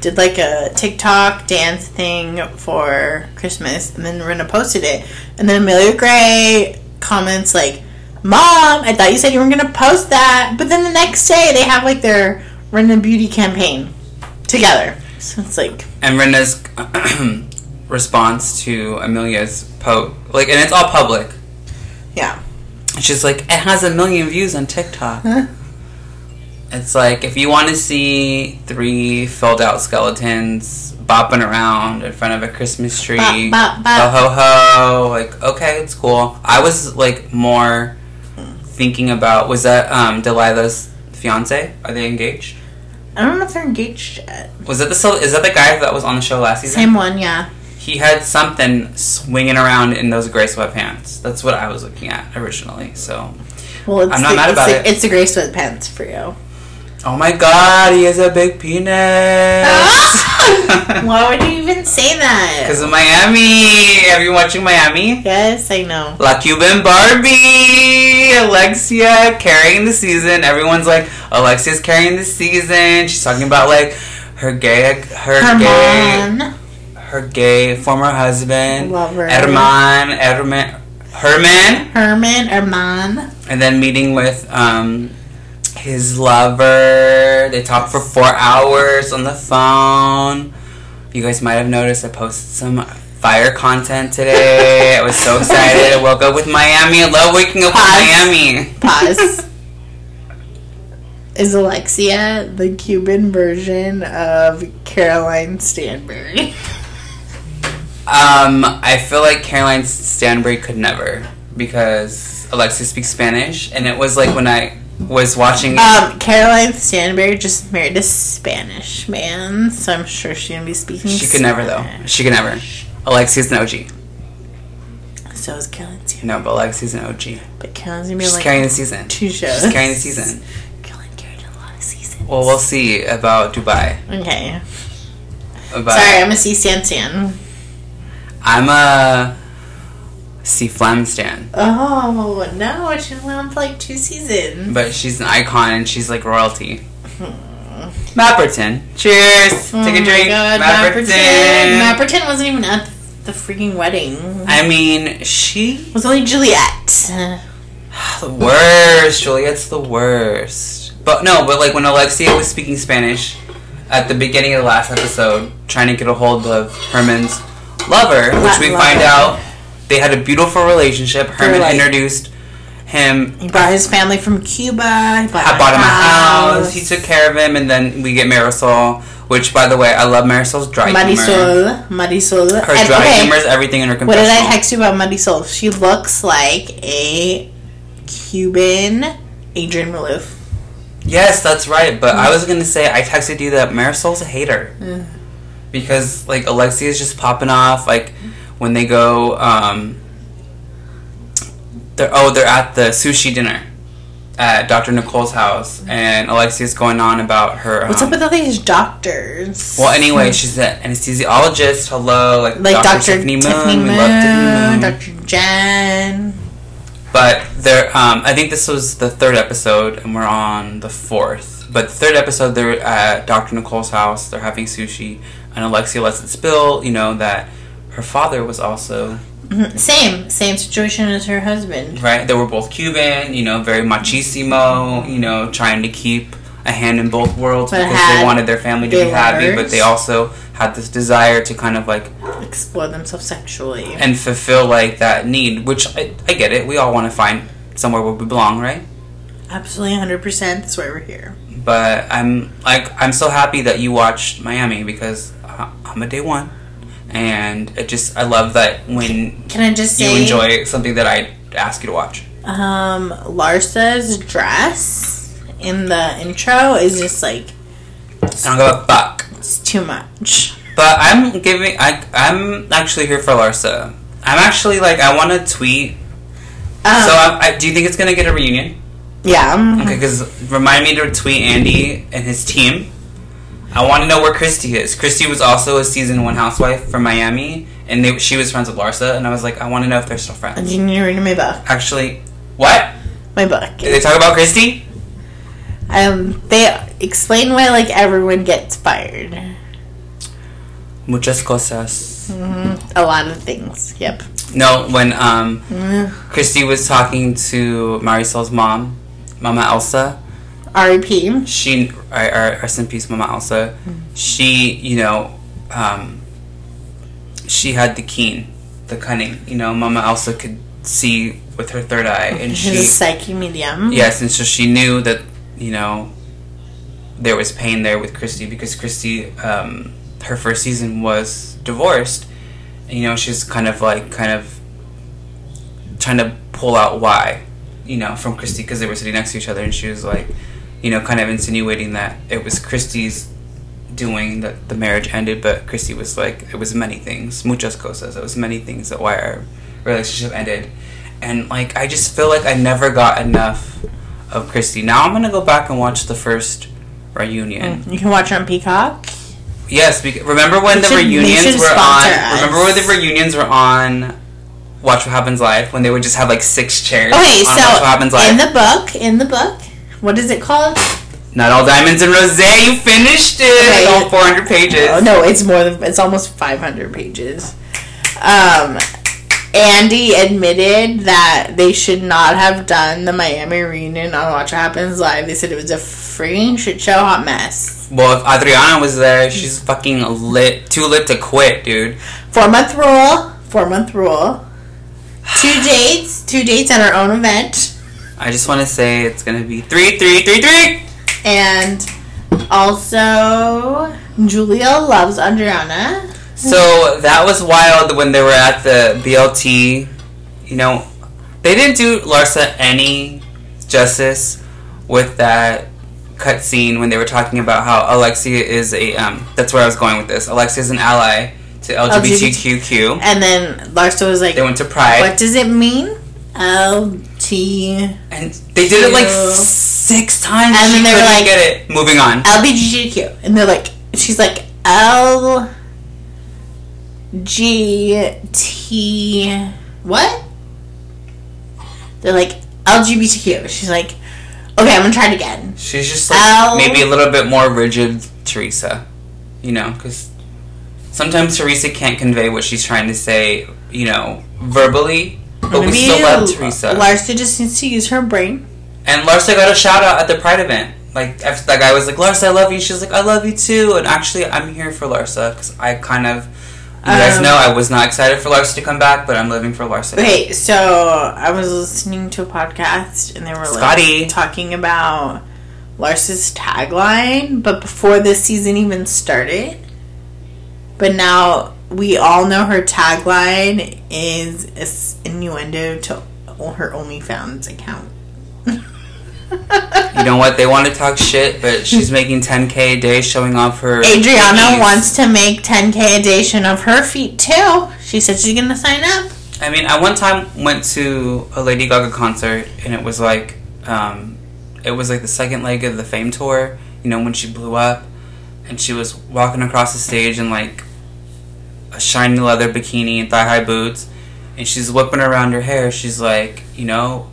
S1: did like a TikTok dance thing for Christmas, and then Rinna posted it, and then Amelia Gray comments like, "Mom, I thought you said you weren't gonna post that," but then the next day they have like their Rinna beauty campaign together. So it's like,
S2: And Rena's response to Amelia's po like, and it's all public.
S1: yeah,
S2: She's like, it has a million views on TikTok. It's like if you want to see three filled out skeletons bopping around in front of a Christmas tree,
S1: Bop, bop, bop.
S2: ho ho ho, like okay, it's cool. I was like more thinking about was that um, Delilah's fiance? Are they engaged?
S1: I don't know if they're engaged yet.
S2: Was that the sil- is that the guy that was on the show last season?
S1: Same one, yeah.
S2: He had something swinging around in those gray sweatpants. That's what I was looking at originally. So,
S1: Well, it's
S2: I'm not
S1: the,
S2: mad
S1: it's
S2: about
S1: the,
S2: it.
S1: It's the gray sweatpants for you.
S2: oh my god, he has a big penis.
S1: Why would you even say that?
S2: Because of Miami. Have you been watching Miami?
S1: Yes, I know.
S2: La Cuban Barbie, Alexia carrying the season. Everyone's like, Alexia's carrying the season. She's talking about like her gay, her
S1: Come
S2: gay,
S1: on.
S2: her gay former husband,
S1: Lover.
S2: Herman, Herman, Herman,
S1: Herman, Herman.
S2: and then meeting with um his lover. They talked for four hours on the phone. You guys might have noticed I posted some fire content today. I was so excited. I woke up with Miami. I love waking up
S1: Pause.
S2: with Miami.
S1: Pause. Is Alexia the Cuban version of Caroline Stanberry?
S2: Um, I feel like Caroline Stanbury could never because Alexia speaks Spanish, and it was like when I was watching.
S1: Um, Caroline Stanberry just married a Spanish man, so I'm sure she's gonna be speaking.
S2: she could never though. She could never. Alexia's an OG.
S1: though. So is Caroline Stanberry,
S2: No, but Alexia's an OG.
S1: but Caroline's gonna be
S2: She's
S1: like
S2: carrying the season.
S1: two shows.
S2: She's carrying the season.
S1: Caroline carried a lot of seasons.
S2: Well, we'll see about Dubai.
S1: okay.
S2: About
S1: Sorry, I'm a C Stan Stan.
S2: I'm a C Phlegm stan,
S1: Oh no, she only on for like two seasons.
S2: but she's an icon and she's like royalty.
S1: Hmm.
S2: Mapperton. Cheers.
S1: Oh
S2: Take a drink. Mapperton.
S1: Mapperton wasn't even at the freaking wedding.
S2: I mean, she
S1: It was only Juliet. Uh,
S2: the worst. Juliet's the worst. But no, but like when Alexia was speaking Spanish at the beginning of the last episode, trying to get a hold of Herman's lover, which we
S1: Latin
S2: find
S1: lover.
S2: out they had a beautiful relationship. Herman
S1: like-
S2: introduced him.
S1: He brought his family from Cuba. He bought,
S2: I
S1: my
S2: bought him a house. He took care of him, and then we get Marisol Which, by the way, I love Marisol's dry humor.
S1: Marisol, Marisol.
S2: Her
S1: And,
S2: dry
S1: okay,
S2: humor is everything in her
S1: What
S2: confessional.
S1: did I text you about Marisol? She looks like a Cuban Adrian Malouf.
S2: Yes, that's right. But I was gonna say I texted you that Marisol's a hater because like Alexia's just popping off. Like when they go, um, they're oh they're at the sushi dinner at Dr. Nicole's house, and Alexia's going on about her.
S1: What's
S2: um,
S1: up with all these doctors?
S2: well, anyway, she's an anesthesiologist. Hello, like,
S1: like
S2: Dr.
S1: Dr.
S2: Tiffany Moon. we love Tiffany Moon.
S1: Dr. Jen.
S2: But there, um, I think this was the third episode, and we're on the fourth. But the third episode, they're at Dr. Nicole's house. They're having sushi, and Alexia lets it spill. You know that her father was also
S1: Mhm. Same, same situation as her husband.
S2: right. They were both Cuban. You know, very machismo. You know, trying to keep a hand in both worlds
S1: But
S2: because they
S1: had
S2: wanted their family to be happy, but
S1: daughters.
S2: they also had this desire to kind of like
S1: Explore themselves sexually.
S2: and fulfill like that need. Which I, I get it. We all want to find somewhere where we belong, right?
S1: Absolutely 100%. That's why we're here.
S2: but I'm like I'm so happy that you watched Miami because I- I'm a day one, and it just I love that when
S1: Can I just say
S2: you enjoy something that I ask you to watch.
S1: um Larsa's dress in the intro is just like
S2: I don't give a fuck.
S1: it's too much.
S2: But I'm giving I I'm actually here for Larsa. I'm actually like I want to tweet.
S1: Um,
S2: so I, I, do you think it's gonna get a reunion?
S1: yeah. um,
S2: Okay, because remind me to tweet Andy and his team. I want to know where Christy is. Christy was also a season one housewife from Miami, and they, she was friends with Larsa. And I was like, I want to know if they're still friends.
S1: Do you need to read my book?
S2: actually what
S1: My book.
S2: did they talk about christy
S1: Um, they explain why like everyone gets fired.
S2: muchas cosas
S1: Mm-hmm. A lot of things. Yep. Mm-hmm.
S2: no when um christy was talking to marisol's mom mama elsa
S1: R.E.P.
S2: she I- I- rest in peace mama elsa she you know um she had the keen the cunning you know mama elsa could see with her third eye and
S1: She's a
S2: she
S1: psyche medium.
S2: Yes, and so she knew that you know there was pain there with Christy because Christy, um, her first season was divorced. You know, she's kind of like kind of trying to pull out why, you know, from Christy because they were sitting next to each other, and she was like, you know, kind of insinuating that it was Christy's doing that the marriage ended, but Christy was like, it was many things, muchas cosas. It was many things that why our relationship ended, and like I just feel like I never got enough of Christy. Now I'm gonna go back and watch the first reunion.
S1: Mm-hmm. You can watch her on Peacock.
S2: Yes, because, remember when
S1: Mm. We
S2: the
S1: should- they
S2: reunions
S1: should
S2: were on?
S1: sponsor us.
S2: Remember when the reunions were on? Watch What Happens Live when they would just have like six chairs.
S1: Okay,
S2: on Watch What Happens
S1: so
S2: Live.
S1: in the book, in the book, what is it called?
S2: Not all diamonds and rose. You finished it.
S1: Okay.
S2: All 400 pages.
S1: Oh, no, it's more than it's almost 500 pages. Um, Andy admitted that they should not have done the Miami reunion on Watch What Happens Live. They said it was a freaking shit show, hot mess.
S2: Well, if Adriana was there, she's fucking lit, too lit to quit, dude.
S1: Four month rule. Four month rule. Two dates. Two dates at our own event,
S2: I just want to say it's gonna be three, three, three, three.
S1: and also Julia loves Adriana.
S2: So that was wild when they were at the BLT. You know, they didn't do Larsa any justice with that cut scene when they were talking about how Alexia is a. Um, that's where I was going with this. Alexia is an ally to LGBTQQ.
S1: And then Larsa was like,
S2: They went to Pride.
S1: "What does it mean?" L T
S2: And they did it like
S1: Cute.
S2: six times.
S1: And
S2: she
S1: then they were
S2: couldn't
S1: like-
S2: get it. Moving on.
S1: LBGTQ. And they're like, she's like, L G T. What? They're like, LGBTQ. She's like, okay, I'm gonna try it again.
S2: She's just like
S1: Ow.
S2: maybe a little bit more rigid, Teresa. You know, because sometimes Teresa can't convey what she's trying to say. You know, verbally, but we
S1: Maybe
S2: still love Teresa.
S1: Larsa just needs to use her brain.
S2: and Larsa got a shout out at the Pride event. Like after that guy was like, "Larsa, I love you." She's like, "I love you too." And actually, I'm here for Larsa because I kind of. You guys
S1: Um,
S2: know I was not excited for Larsa to come back, but I'm living for Larsa.
S1: Okay, so I was listening to a podcast and they were like
S2: Scotty.
S1: talking about Lars's tagline, but before this season even started. But now we all know her tagline is a s- innuendo to o- her OnlyFans account.
S2: You know what? They want to talk shit, but she's making 10k a day showing off her.
S1: Adriana
S2: titties.
S1: wants to make 10k a day showing of her feet too. She said she's gonna sign up.
S2: I mean, I one time went to a Lady Gaga concert, and it was like, um, it was like the second leg of the Fame tour. You know, when she blew up, and she was walking across the stage in like a shiny leather bikini and thigh high boots, and she's whipping around her hair. She's like, you know,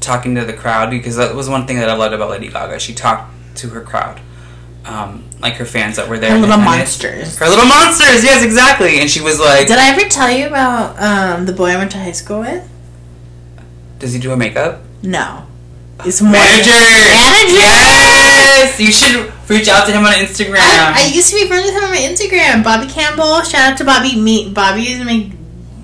S2: talking to the crowd because that was one thing that I loved about Lady Gaga. She talked to her crowd. Um, like her fans that were there.
S1: Her
S2: in
S1: little
S2: attendance.
S1: monsters.
S2: Her little monsters, yes, exactly. And she was like,
S1: Did I ever tell you about um, the boy I went to high school with?
S2: "Does he do her makeup?"
S1: No. It's more
S2: Manager!
S1: Manager!
S2: Yes! You should reach out to him on Instagram.
S1: I, I used to be friends with him on Instagram. Bobby Campbell. Shout out to Bobby. Meet Bobby is my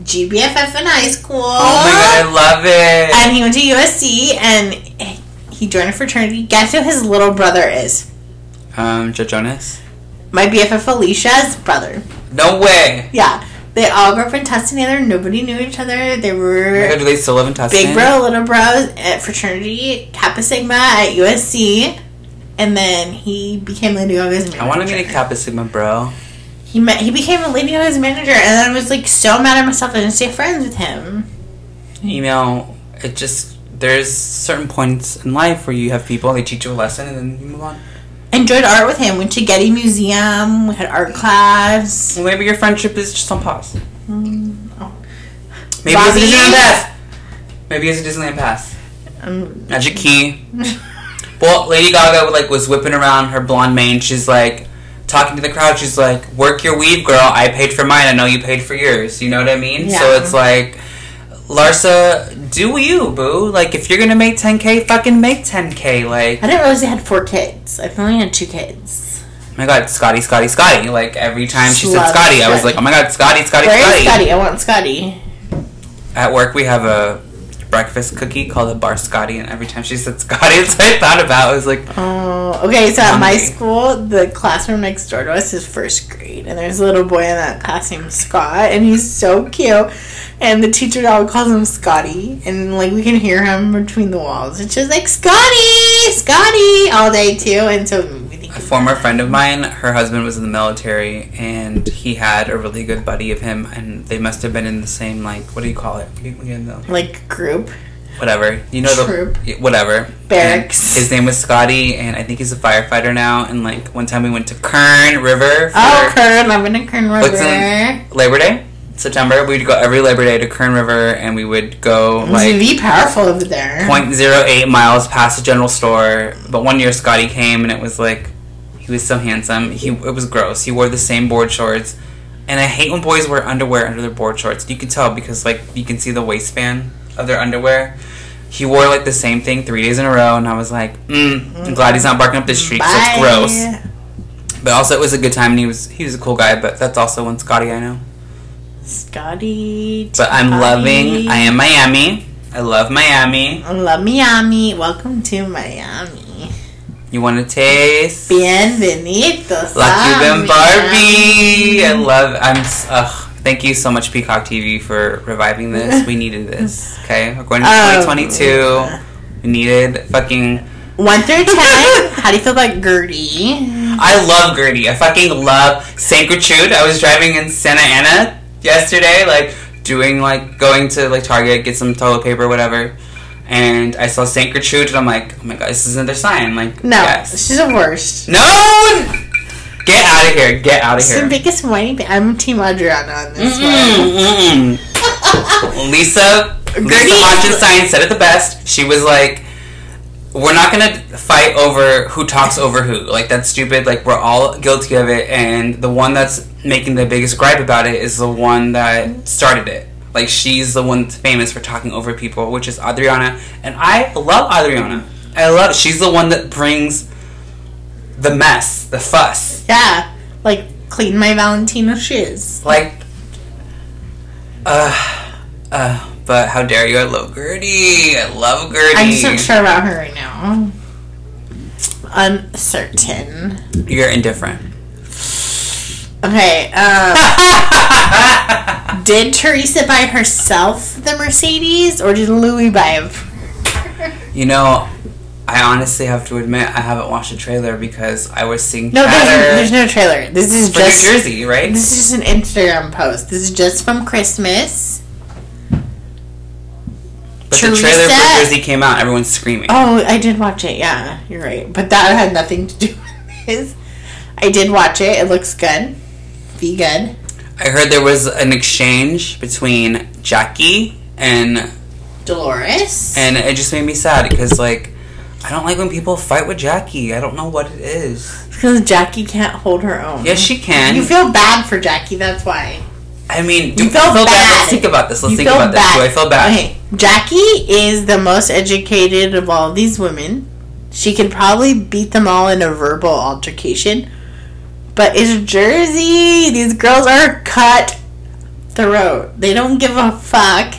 S1: GBFF in high school.
S2: oh my god, I love it.
S1: And he went to USC and he joined a fraternity. Guess who his little brother is?
S2: um, Joe Jonas?
S1: My BFF Alicia's brother.
S2: No way.
S1: Yeah. They all grew up in Tustin together. Nobody knew each other. They
S2: Oh my
S1: were
S2: god, do they still live in Tustin?
S1: Big Bro, Little Bro at fraternity, Kappa Sigma at USC. And then he became Lady Gaga's manager.
S2: I want to meet a Kappa Sigma bro.
S1: He met, he became a Lady Gaga's manager, and I was like so mad at myself I didn't stay friends with him.
S2: You know, it just, there's certain points in life where you have people, they teach you a lesson, and then you move on.
S1: I enjoyed art with him. Went to Getty Museum. We had art class.
S2: Well, maybe your friendship is just on pause.
S1: oh.
S2: Maybe
S1: Bobby.
S2: it's a Disneyland pass. Maybe it's a Disneyland pass.
S1: Um,
S2: Magic key. well, Lady Gaga like was whipping around her blonde mane. She's like talking to the crowd. She's like, "Work your weave, girl. I paid for mine. I know you paid for yours. You know what I mean?" So
S1: Yeah.
S2: it's like, Larsa, do you boo? Like, if you're gonna make 10k, fucking make 10k. Like,
S1: I didn't realize they had four kids. I only had two kids.
S2: oh my God, Scotty, Scotty, Scotty. Like every time she said
S1: Love
S2: Scotty, I was
S1: Scotty.
S2: like, Oh my God, Scotty, Scotty,
S1: Where
S2: Scotty.
S1: is Scotty? I want Scotty.
S2: At work, we have a breakfast cookie called a bar Scotty, and every time she said Scotty, it's what I thought about. I was like,
S1: Oh, okay. So at my
S2: Mommy.
S1: school, the classroom next door to us is first grade, and there's a little boy in that class named Scott, and he's so cute. And the teacher all calls him Scotty, and like we can hear him between the walls. It's just like Scotty, Scotty, all day too. And so we think
S2: a former friend of mine, her husband was in the military, and he had a really good buddy of him, and they must have been in the same like what do you call it? Again, though.
S1: like group
S2: Whatever you know the
S1: Troop.
S2: yeah, whatever
S1: barracks.
S2: And his name was Scotty, and I think he's a firefighter now. And like one time we went to Kern River for
S1: oh, Kern, I'm in a Kern
S2: What's
S1: River.
S2: in- Labor Day, September. We'd go every Labor Day to Kern River, and we would go like
S1: It's be powerful over there.
S2: 0.08 miles past the general store. But one year Scotty came and it was like he was so handsome. He it was gross. He wore the same board shorts. And I hate when boys wear underwear under their board shorts. You can tell because like you can see the waistband of their underwear. He wore like the same thing three days in a row, and I was like, mm, I'm glad he's not barking up the street. 'cause
S1: Bye.
S2: It's gross. But also, it was a good time, and he was he was a cool guy. But that's also one Scotty I know.
S1: Scotty.
S2: But I'm
S1: Scotty.
S2: loving. I am Miami. I love Miami.
S1: Love Miami. Welcome to Miami.
S2: You want to taste?
S1: Bienvenidos.
S2: La
S1: a Miami.
S2: Cuban Barbie. I love. I'm. s- Ugh. Thank you so much, Peacock TV, for reviving this. We needed this. Okay, we're going to
S1: Oh.
S2: 2022. We needed fucking.
S1: One through ten. How do you feel about Gertie?
S2: I love Gertie. I fucking love Saint Gertrude. I was driving in Santa Ana yesterday, like doing like going to like Target get some toilet paper, whatever. And I saw Saint Gertrude, and I'm like, oh my god, this is another sign. Like,
S1: No,
S2: yes.
S1: she's the worst.
S2: no, get out of here, get out of
S1: She's the
S2: here.
S1: biggest whiny. ba- I'm Team Adriana on this one.
S2: Mm-mm. Lisa, Lisa
S1: Gertie-
S2: Hodgenstein said it the best. She was like, "We're not gonna fight over who talks over who. Like that's stupid. Like we're all guilty of it, and the one that's making the biggest gripe about it is the one that started it. Like she's the one that's famous for talking over people, which is Adriana, and I love Adriana. I love. She's the one that brings the mess, the fuss.
S1: Yeah, like clean my Valentino shoes.
S2: Like, uh, uh, but how dare you? I love Gertie. I love Gertie.
S1: I'm just not sure about her right now. uncertain.
S2: You're indifferent.
S1: Okay. Um, did Teresa buy herself the Mercedes, or did Louis buy it?
S2: You know, I honestly have to admit I haven't watched the trailer because I was seeing
S1: No,
S2: chatter
S1: there's, there's no trailer. This is
S2: for
S1: just
S2: New Jersey, right?
S1: This is just an Instagram post. This is just from Christmas.
S2: But the trailer for
S1: Teresa-
S2: Jersey came out, everyone's screaming.
S1: Oh, I did watch it. Yeah, you're right. But that had nothing to do with this. I did watch it. It looks good. Be good.
S2: I heard there was an exchange between Jackie and
S1: Dolores.
S2: and it just made me sad because like I don't like when people fight with Jackie. I don't know what it is.
S1: Because Jackie can't hold her own.
S2: Yes, she can.
S1: You feel bad for Jackie. That's why.
S2: I mean, do
S1: you feel bad.
S2: Let's think about this. Let's
S1: You
S2: think
S1: feel
S2: about this. Do I feel bad?
S1: Okay, Jackie is the most educated of all these women. She could probably beat them all in a verbal altercation. But it's Jersey. These girls are cut throat. They don't give a fuck.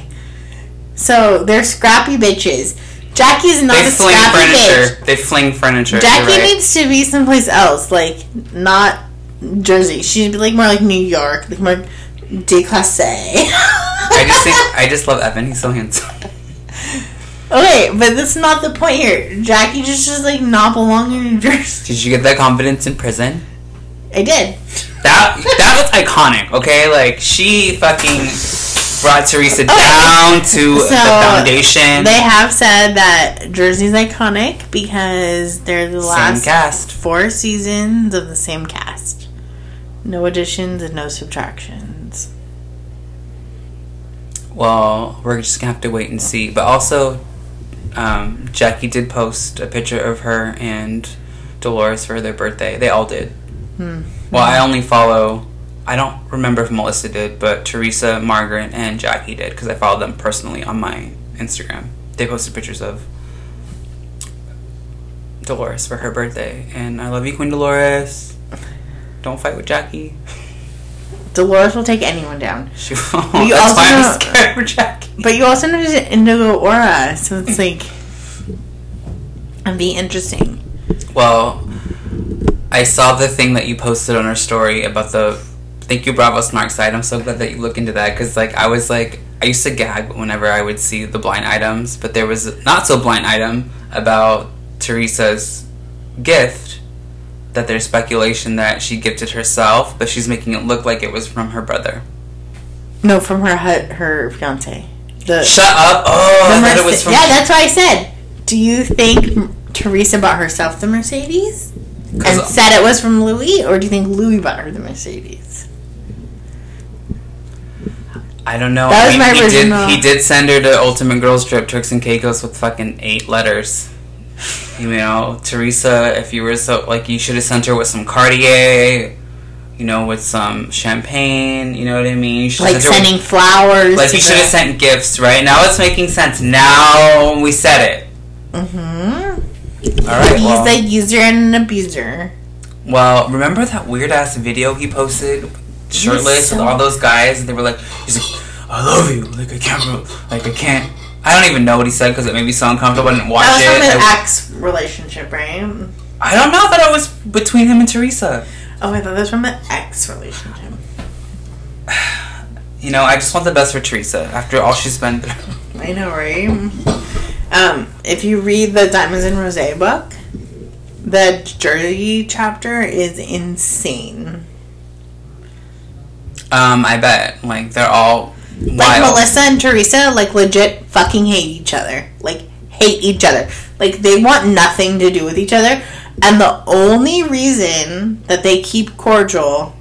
S1: So they're scrappy bitches. Jackie's not
S2: They
S1: a
S2: fling
S1: scrappy bitch.
S2: furniture. They fling furniture.
S1: Jackie
S2: You're right.
S1: needs to be someplace else, like not Jersey. She'd be like more like New York, like more déclassé.
S2: I just think I just love Evan. He's so handsome.
S1: okay, but that's not the point here. Jackie just just like not belong in New Jersey.
S2: Did you get that confidence in prison?
S1: I did.
S2: That that was iconic. Okay, like she fucking brought Teresa
S1: Okay.
S2: down to
S1: So,
S2: the foundation.
S1: They have said that Jersey's iconic because they're the
S2: Same
S1: last
S2: cast.
S1: four seasons of the same cast. No additions and no subtractions.
S2: Well, we're just gonna have to wait and see. But also, um, Jackie did post a picture of her and Dolores for their birthday. They all did. Well, I only follow. I don't remember if Melissa did, but Teresa, Margaret, and Jackie did because I followed them personally on my Instagram. They posted pictures of Dolores for her birthday, and I love you, Queen Dolores. Don't fight with Jackie.
S1: Dolores will take anyone down.
S2: She won't. That's
S1: also
S2: why I'm
S1: know-
S2: scared for Jackie.
S1: But you also notice an indigo aura, so it's like it'd be interesting.
S2: Well, I saw the thing that you posted on our story about the. Thank you, Bravo Smart Side. I'm so glad that you look into that because, like, I was like, I used to gag whenever I would see the blind items, but there was a not so blind item about Teresa's gift that there's speculation that she gifted herself, but she's making it look like it was from her brother.
S1: No, from her hu- her fiance. The,
S2: Shut up! Oh,
S1: the
S2: I thought it
S1: Merce-
S2: was from.
S1: yeah, that's what I said. Do you think Teresa bought herself the Mercedes and
S2: 'cause
S1: said it was from Louis, or do you think Louis bought her the Mercedes?
S2: I don't know.
S1: That was
S2: I mean,
S1: my
S2: he
S1: original-
S2: Did, he did send her to Ultimate Girls Trip, Turks and Caicos, with fucking eight letters. You know, Teresa, if you were so like, you should have sent her with some Cartier. You know, with some champagne. You know what I mean? You should
S1: Like
S2: send her with-
S1: sending flowers.
S2: like
S1: to
S2: you should have sent gifts, right? Now it's making sense. Now we said it.
S1: hmm
S2: All right. well.
S1: He's a user and an abuser.
S2: Well, remember that weird ass video he posted, shirtless with
S1: so-
S2: all those guys, and they were like, "He's like, I love you, like I can't, re- like I can't." I don't even know what he said because it made me so uncomfortable. I didn't watch
S1: That was
S2: it.
S1: from his
S2: I,
S1: ex relationship, right?
S2: I don't know that it was between him and Teresa.
S1: Oh, I thought that was from an ex relationship.
S2: You know, I just want the best for Teresa after all she's been through.
S1: I know, right? Um, if you read the Diamonds and Rose book, the Jersey chapter is insane.
S2: Um, I bet like they're all wild.
S1: Like Melissa and Teresa, like legit fucking hate each other. Like hate each other. Like they want nothing to do with each other. And the only reason that they keep cordial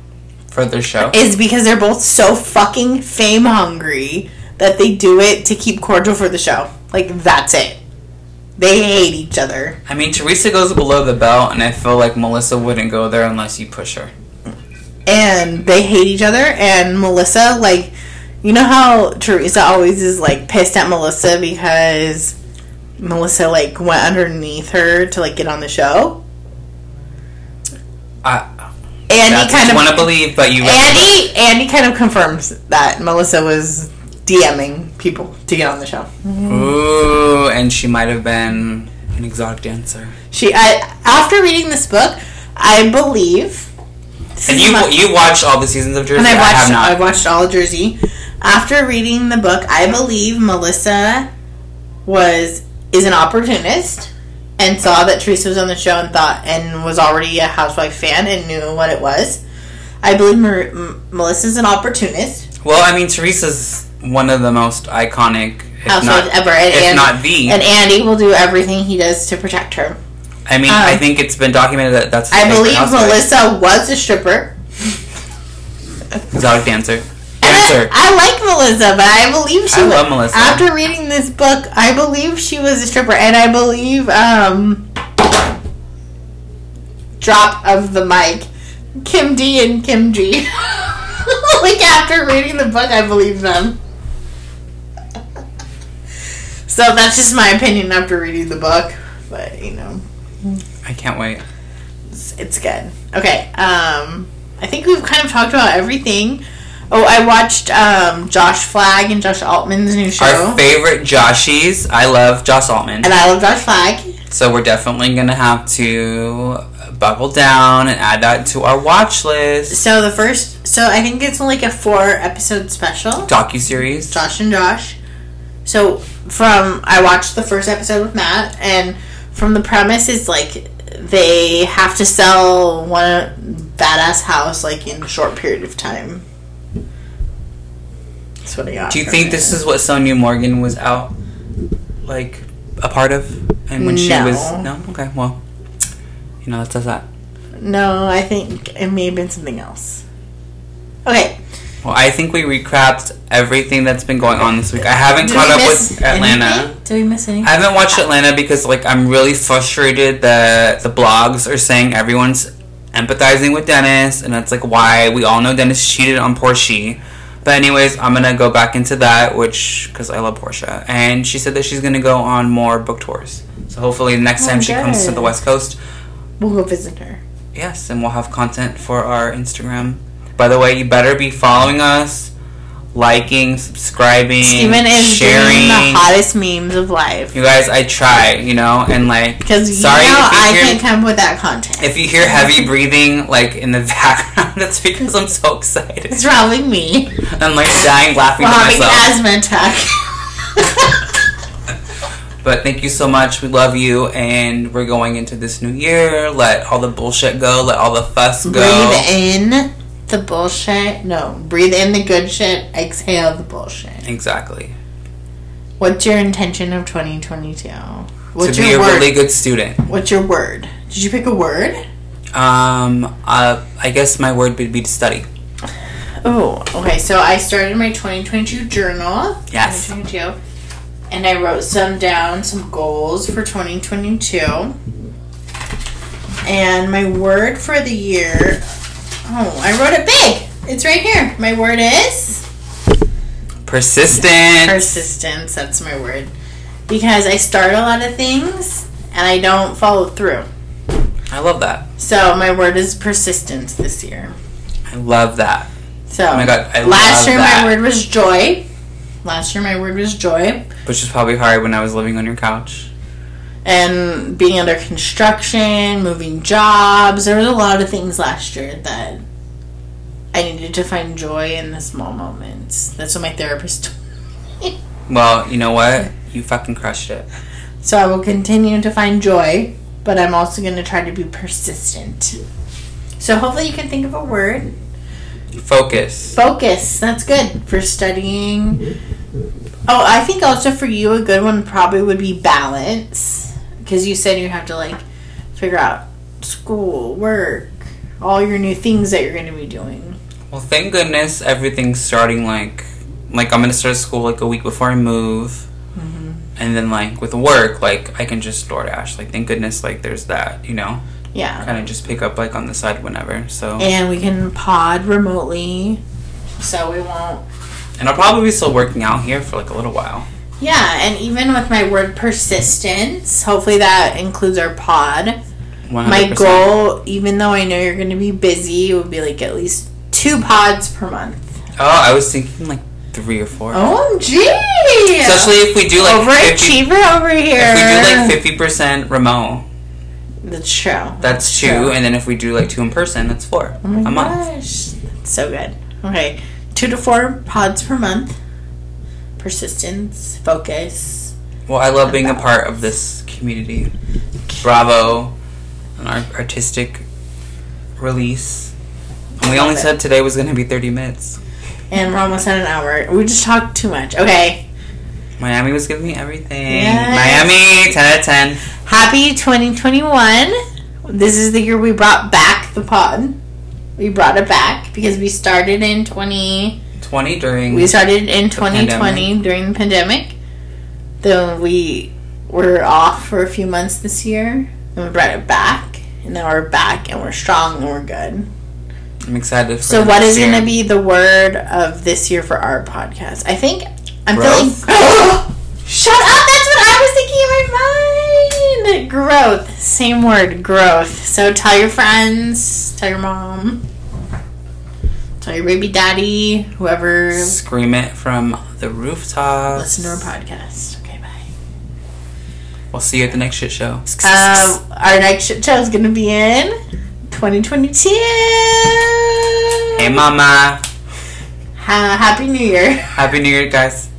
S2: for their show.
S1: is because they're both so fucking fame hungry that they do it to keep cordial for the show. Like that's it. They hate each other.
S2: I mean, Teresa goes below the belt, and I feel like Melissa wouldn't go there unless you push her.
S1: and they hate each other and melissa like you know how teresa always is like pissed at melissa because melissa like went underneath her to like get on the show
S2: I
S1: andy
S2: that's
S1: kind of
S2: want to believe, but you
S1: andy andy kind of confirms that melissa was dming people to get on the show
S2: Ooh, and she might have been an exotic dancer.
S1: She I after reading this book, I believe. this
S2: And
S1: is
S2: you
S1: my-
S2: you watched all the seasons of Jersey?
S1: and I
S2: I have
S1: watched I
S2: not.
S1: watched all Jersey. After reading the book, I believe Melissa was is an opportunist and saw that Teresa was on the show and thought and was already a housewife fan and knew what it was. I believe Mer- M- Melissa's an opportunist,
S2: Well, I mean, Teresa's one of the most iconic, if
S1: housewife
S2: not,
S1: ever, and,
S2: if
S1: and,
S2: not the.
S1: and Andy will do everything he does to protect her.
S2: I mean, I
S1: um,
S2: think it's been documented that that's. his
S1: I
S2: favorite
S1: believe
S2: housewife.
S1: Melissa was a stripper.
S2: Exotic dancer.
S1: And
S2: Dancer.
S1: I, I like Melissa, but I believe she
S2: I
S1: was.
S2: love Melissa.
S1: After reading this book, I believe she was a stripper, and I believe um, drop of the mic, Kim D and Kim G. like after reading the book, I believe them. so that's just my opinion after reading the book, but you know
S2: I can't wait.
S1: it's, it's good. Okay. Um, I think we've kind of talked about everything. Oh, I watched um, Josh Flagg and Josh Altman's new show,
S2: Our favorite Joshies. I love Josh Altman.
S1: and I love Josh Flagg.
S2: So we're definitely gonna have to buckle down and add that to our watch list.
S1: So the first, so I think it's like a four episode special,
S2: Docu series.
S1: Josh and Josh. So from I watched the first episode with Matt, and from the premise is like they have to sell one badass house like in a short period of time. That's what I got.
S2: Do you
S1: from
S2: think
S1: it.
S2: this is what Sonia Morgan was out like a part of? And when she
S1: No.
S2: was no? Okay, well. You know, that does that.
S1: No, I think it may have been something else. Okay.
S2: Well, I think we recapped everything that's been going on this week. I haven't
S1: Did
S2: caught
S1: we
S2: up
S1: miss
S2: with Atlanta.
S1: anything? Did we miss anything?
S2: I haven't watched Atlanta because like I'm really frustrated that the blogs are saying everyone's empathizing with Dennis and that's like why we all know Dennis cheated on Portia. But anyways, I'm gonna go back into that, which because I love Portia, and she said that she's gonna go on more book tours. So hopefully the next
S1: Oh,
S2: time she comes to
S1: good.
S2: the West Coast,
S1: we'll go visit her.
S2: yes, and we'll have content for our Instagram. By the way, you better be following us, liking, subscribing,
S1: Steven is
S2: sharing.
S1: doing the hottest memes of life.
S2: You guys, I try, you know, and like,
S1: Because you know
S2: sorry
S1: I
S2: if, you
S1: can
S2: hear,
S1: come with that content.
S2: if you hear heavy breathing like in the background, it's because I'm so excited.
S1: it's probably me.
S2: I'm like dying laughing
S1: We're
S2: to
S1: having
S2: myself.
S1: asthma attack.
S2: But thank you so much. We love you, and we're going into this new year. Let all the bullshit go. Let all the fuss go.
S1: breathe in the bullshit. No, breathe in the good shit. Exhale the bullshit.
S2: Exactly.
S1: What's your intention of 2022? What's
S2: to be
S1: your
S2: a
S1: word?
S2: really good student.
S1: What's your word? Did you pick a word?
S2: Um, uh, I guess my word would be to study.
S1: Oh, okay. So I started my 2022 journal.
S2: Yes.
S1: 2022. And I wrote some down, some goals for 2022. And my word for the year. Oh, I wrote it big. It's right here. My word is
S2: Persistent.
S1: persistence. That's my word. Because I start a lot of things and I don't follow through.
S2: I love that.
S1: So my word is persistence this year.
S2: I love that.
S1: So
S2: Oh my god, I
S1: Last
S2: love
S1: year,
S2: that.
S1: my word was joy. Last year, my word was joy.
S2: Which is probably hard when I was living on your couch.
S1: And being under construction, moving jobs, there was a lot of things last year that I needed to find joy in the small moments. That's what my therapist told me.
S2: Well, you know what? You fucking crushed it.
S1: So I will continue to find joy, but I'm also going to try to be persistent. So hopefully you can think of a word.
S2: Focus.
S1: Focus. That's good for studying. Oh, I think also for you, a good one probably would be balance. Because you said you have to, like, figure out school, work, all your new things that you're going to be doing.
S2: Well, thank goodness everything's starting like like I'm gonna start school like a week before I move,
S1: Mm-hmm.
S2: and then like with work, like I can just DoorDash. Like thank goodness like there's that, you know,
S1: Yeah.
S2: kind of just pick up like on the side whenever. So
S1: And we can pod remotely. So we won't
S2: and I'll probably be still working out here for like a little while.
S1: Yeah, and even with my word persistence, hopefully that includes our pod.
S2: 100%.
S1: My goal, even though I know you're going to be busy, would be like at least two pods per month.
S2: Oh, I was thinking like three or four.
S1: Oh, OMG!
S2: Especially if we do like 50,
S1: Overachiever over here.
S2: if we do like fifty percent remote.
S1: That's true.
S2: That's two,
S1: true.
S2: and then if we do like two in person, that's four
S1: Oh my
S2: a month.
S1: gosh. That's so good. Okay. Two to four pods per month. Persistence, focus.
S2: Well, I love being a part of this community. Bravo, an art- artistic release. And we
S1: Love
S2: only
S1: it.
S2: said today was going to be 30 minutes.
S1: And we're almost at an hour. We just talked too much. Okay.
S2: Miami was giving me everything.
S1: Yes.
S2: Miami, 10 out of 10.
S1: Happy 2021. This is the year we brought back the pod. We brought it back because we started in 20.
S2: 20 during.
S1: We started in 2020
S2: pandemic.
S1: during the pandemic. Then we were off for a few months this year, and we brought it back. And then we're back, and we're strong, and we're good.
S2: I'm excited for
S1: So, what
S2: next
S1: is going
S2: year.
S1: to be the word of this year for our podcast? I think I'm
S2: Growth?
S1: feeling. Shut up! That's what I was thinking in my mind. Growth. Same word. Growth. So tell your friends. Tell your mom. Tell your baby daddy. Whoever
S2: Scream it from the rooftops.
S1: listen to our podcast. Okay, bye.
S2: We'll see you at the next shit show.
S1: Um, our next shit show is going to be in 2022.
S2: Hey, mama.
S1: Ha- Happy New Year.
S2: Happy New Year, guys.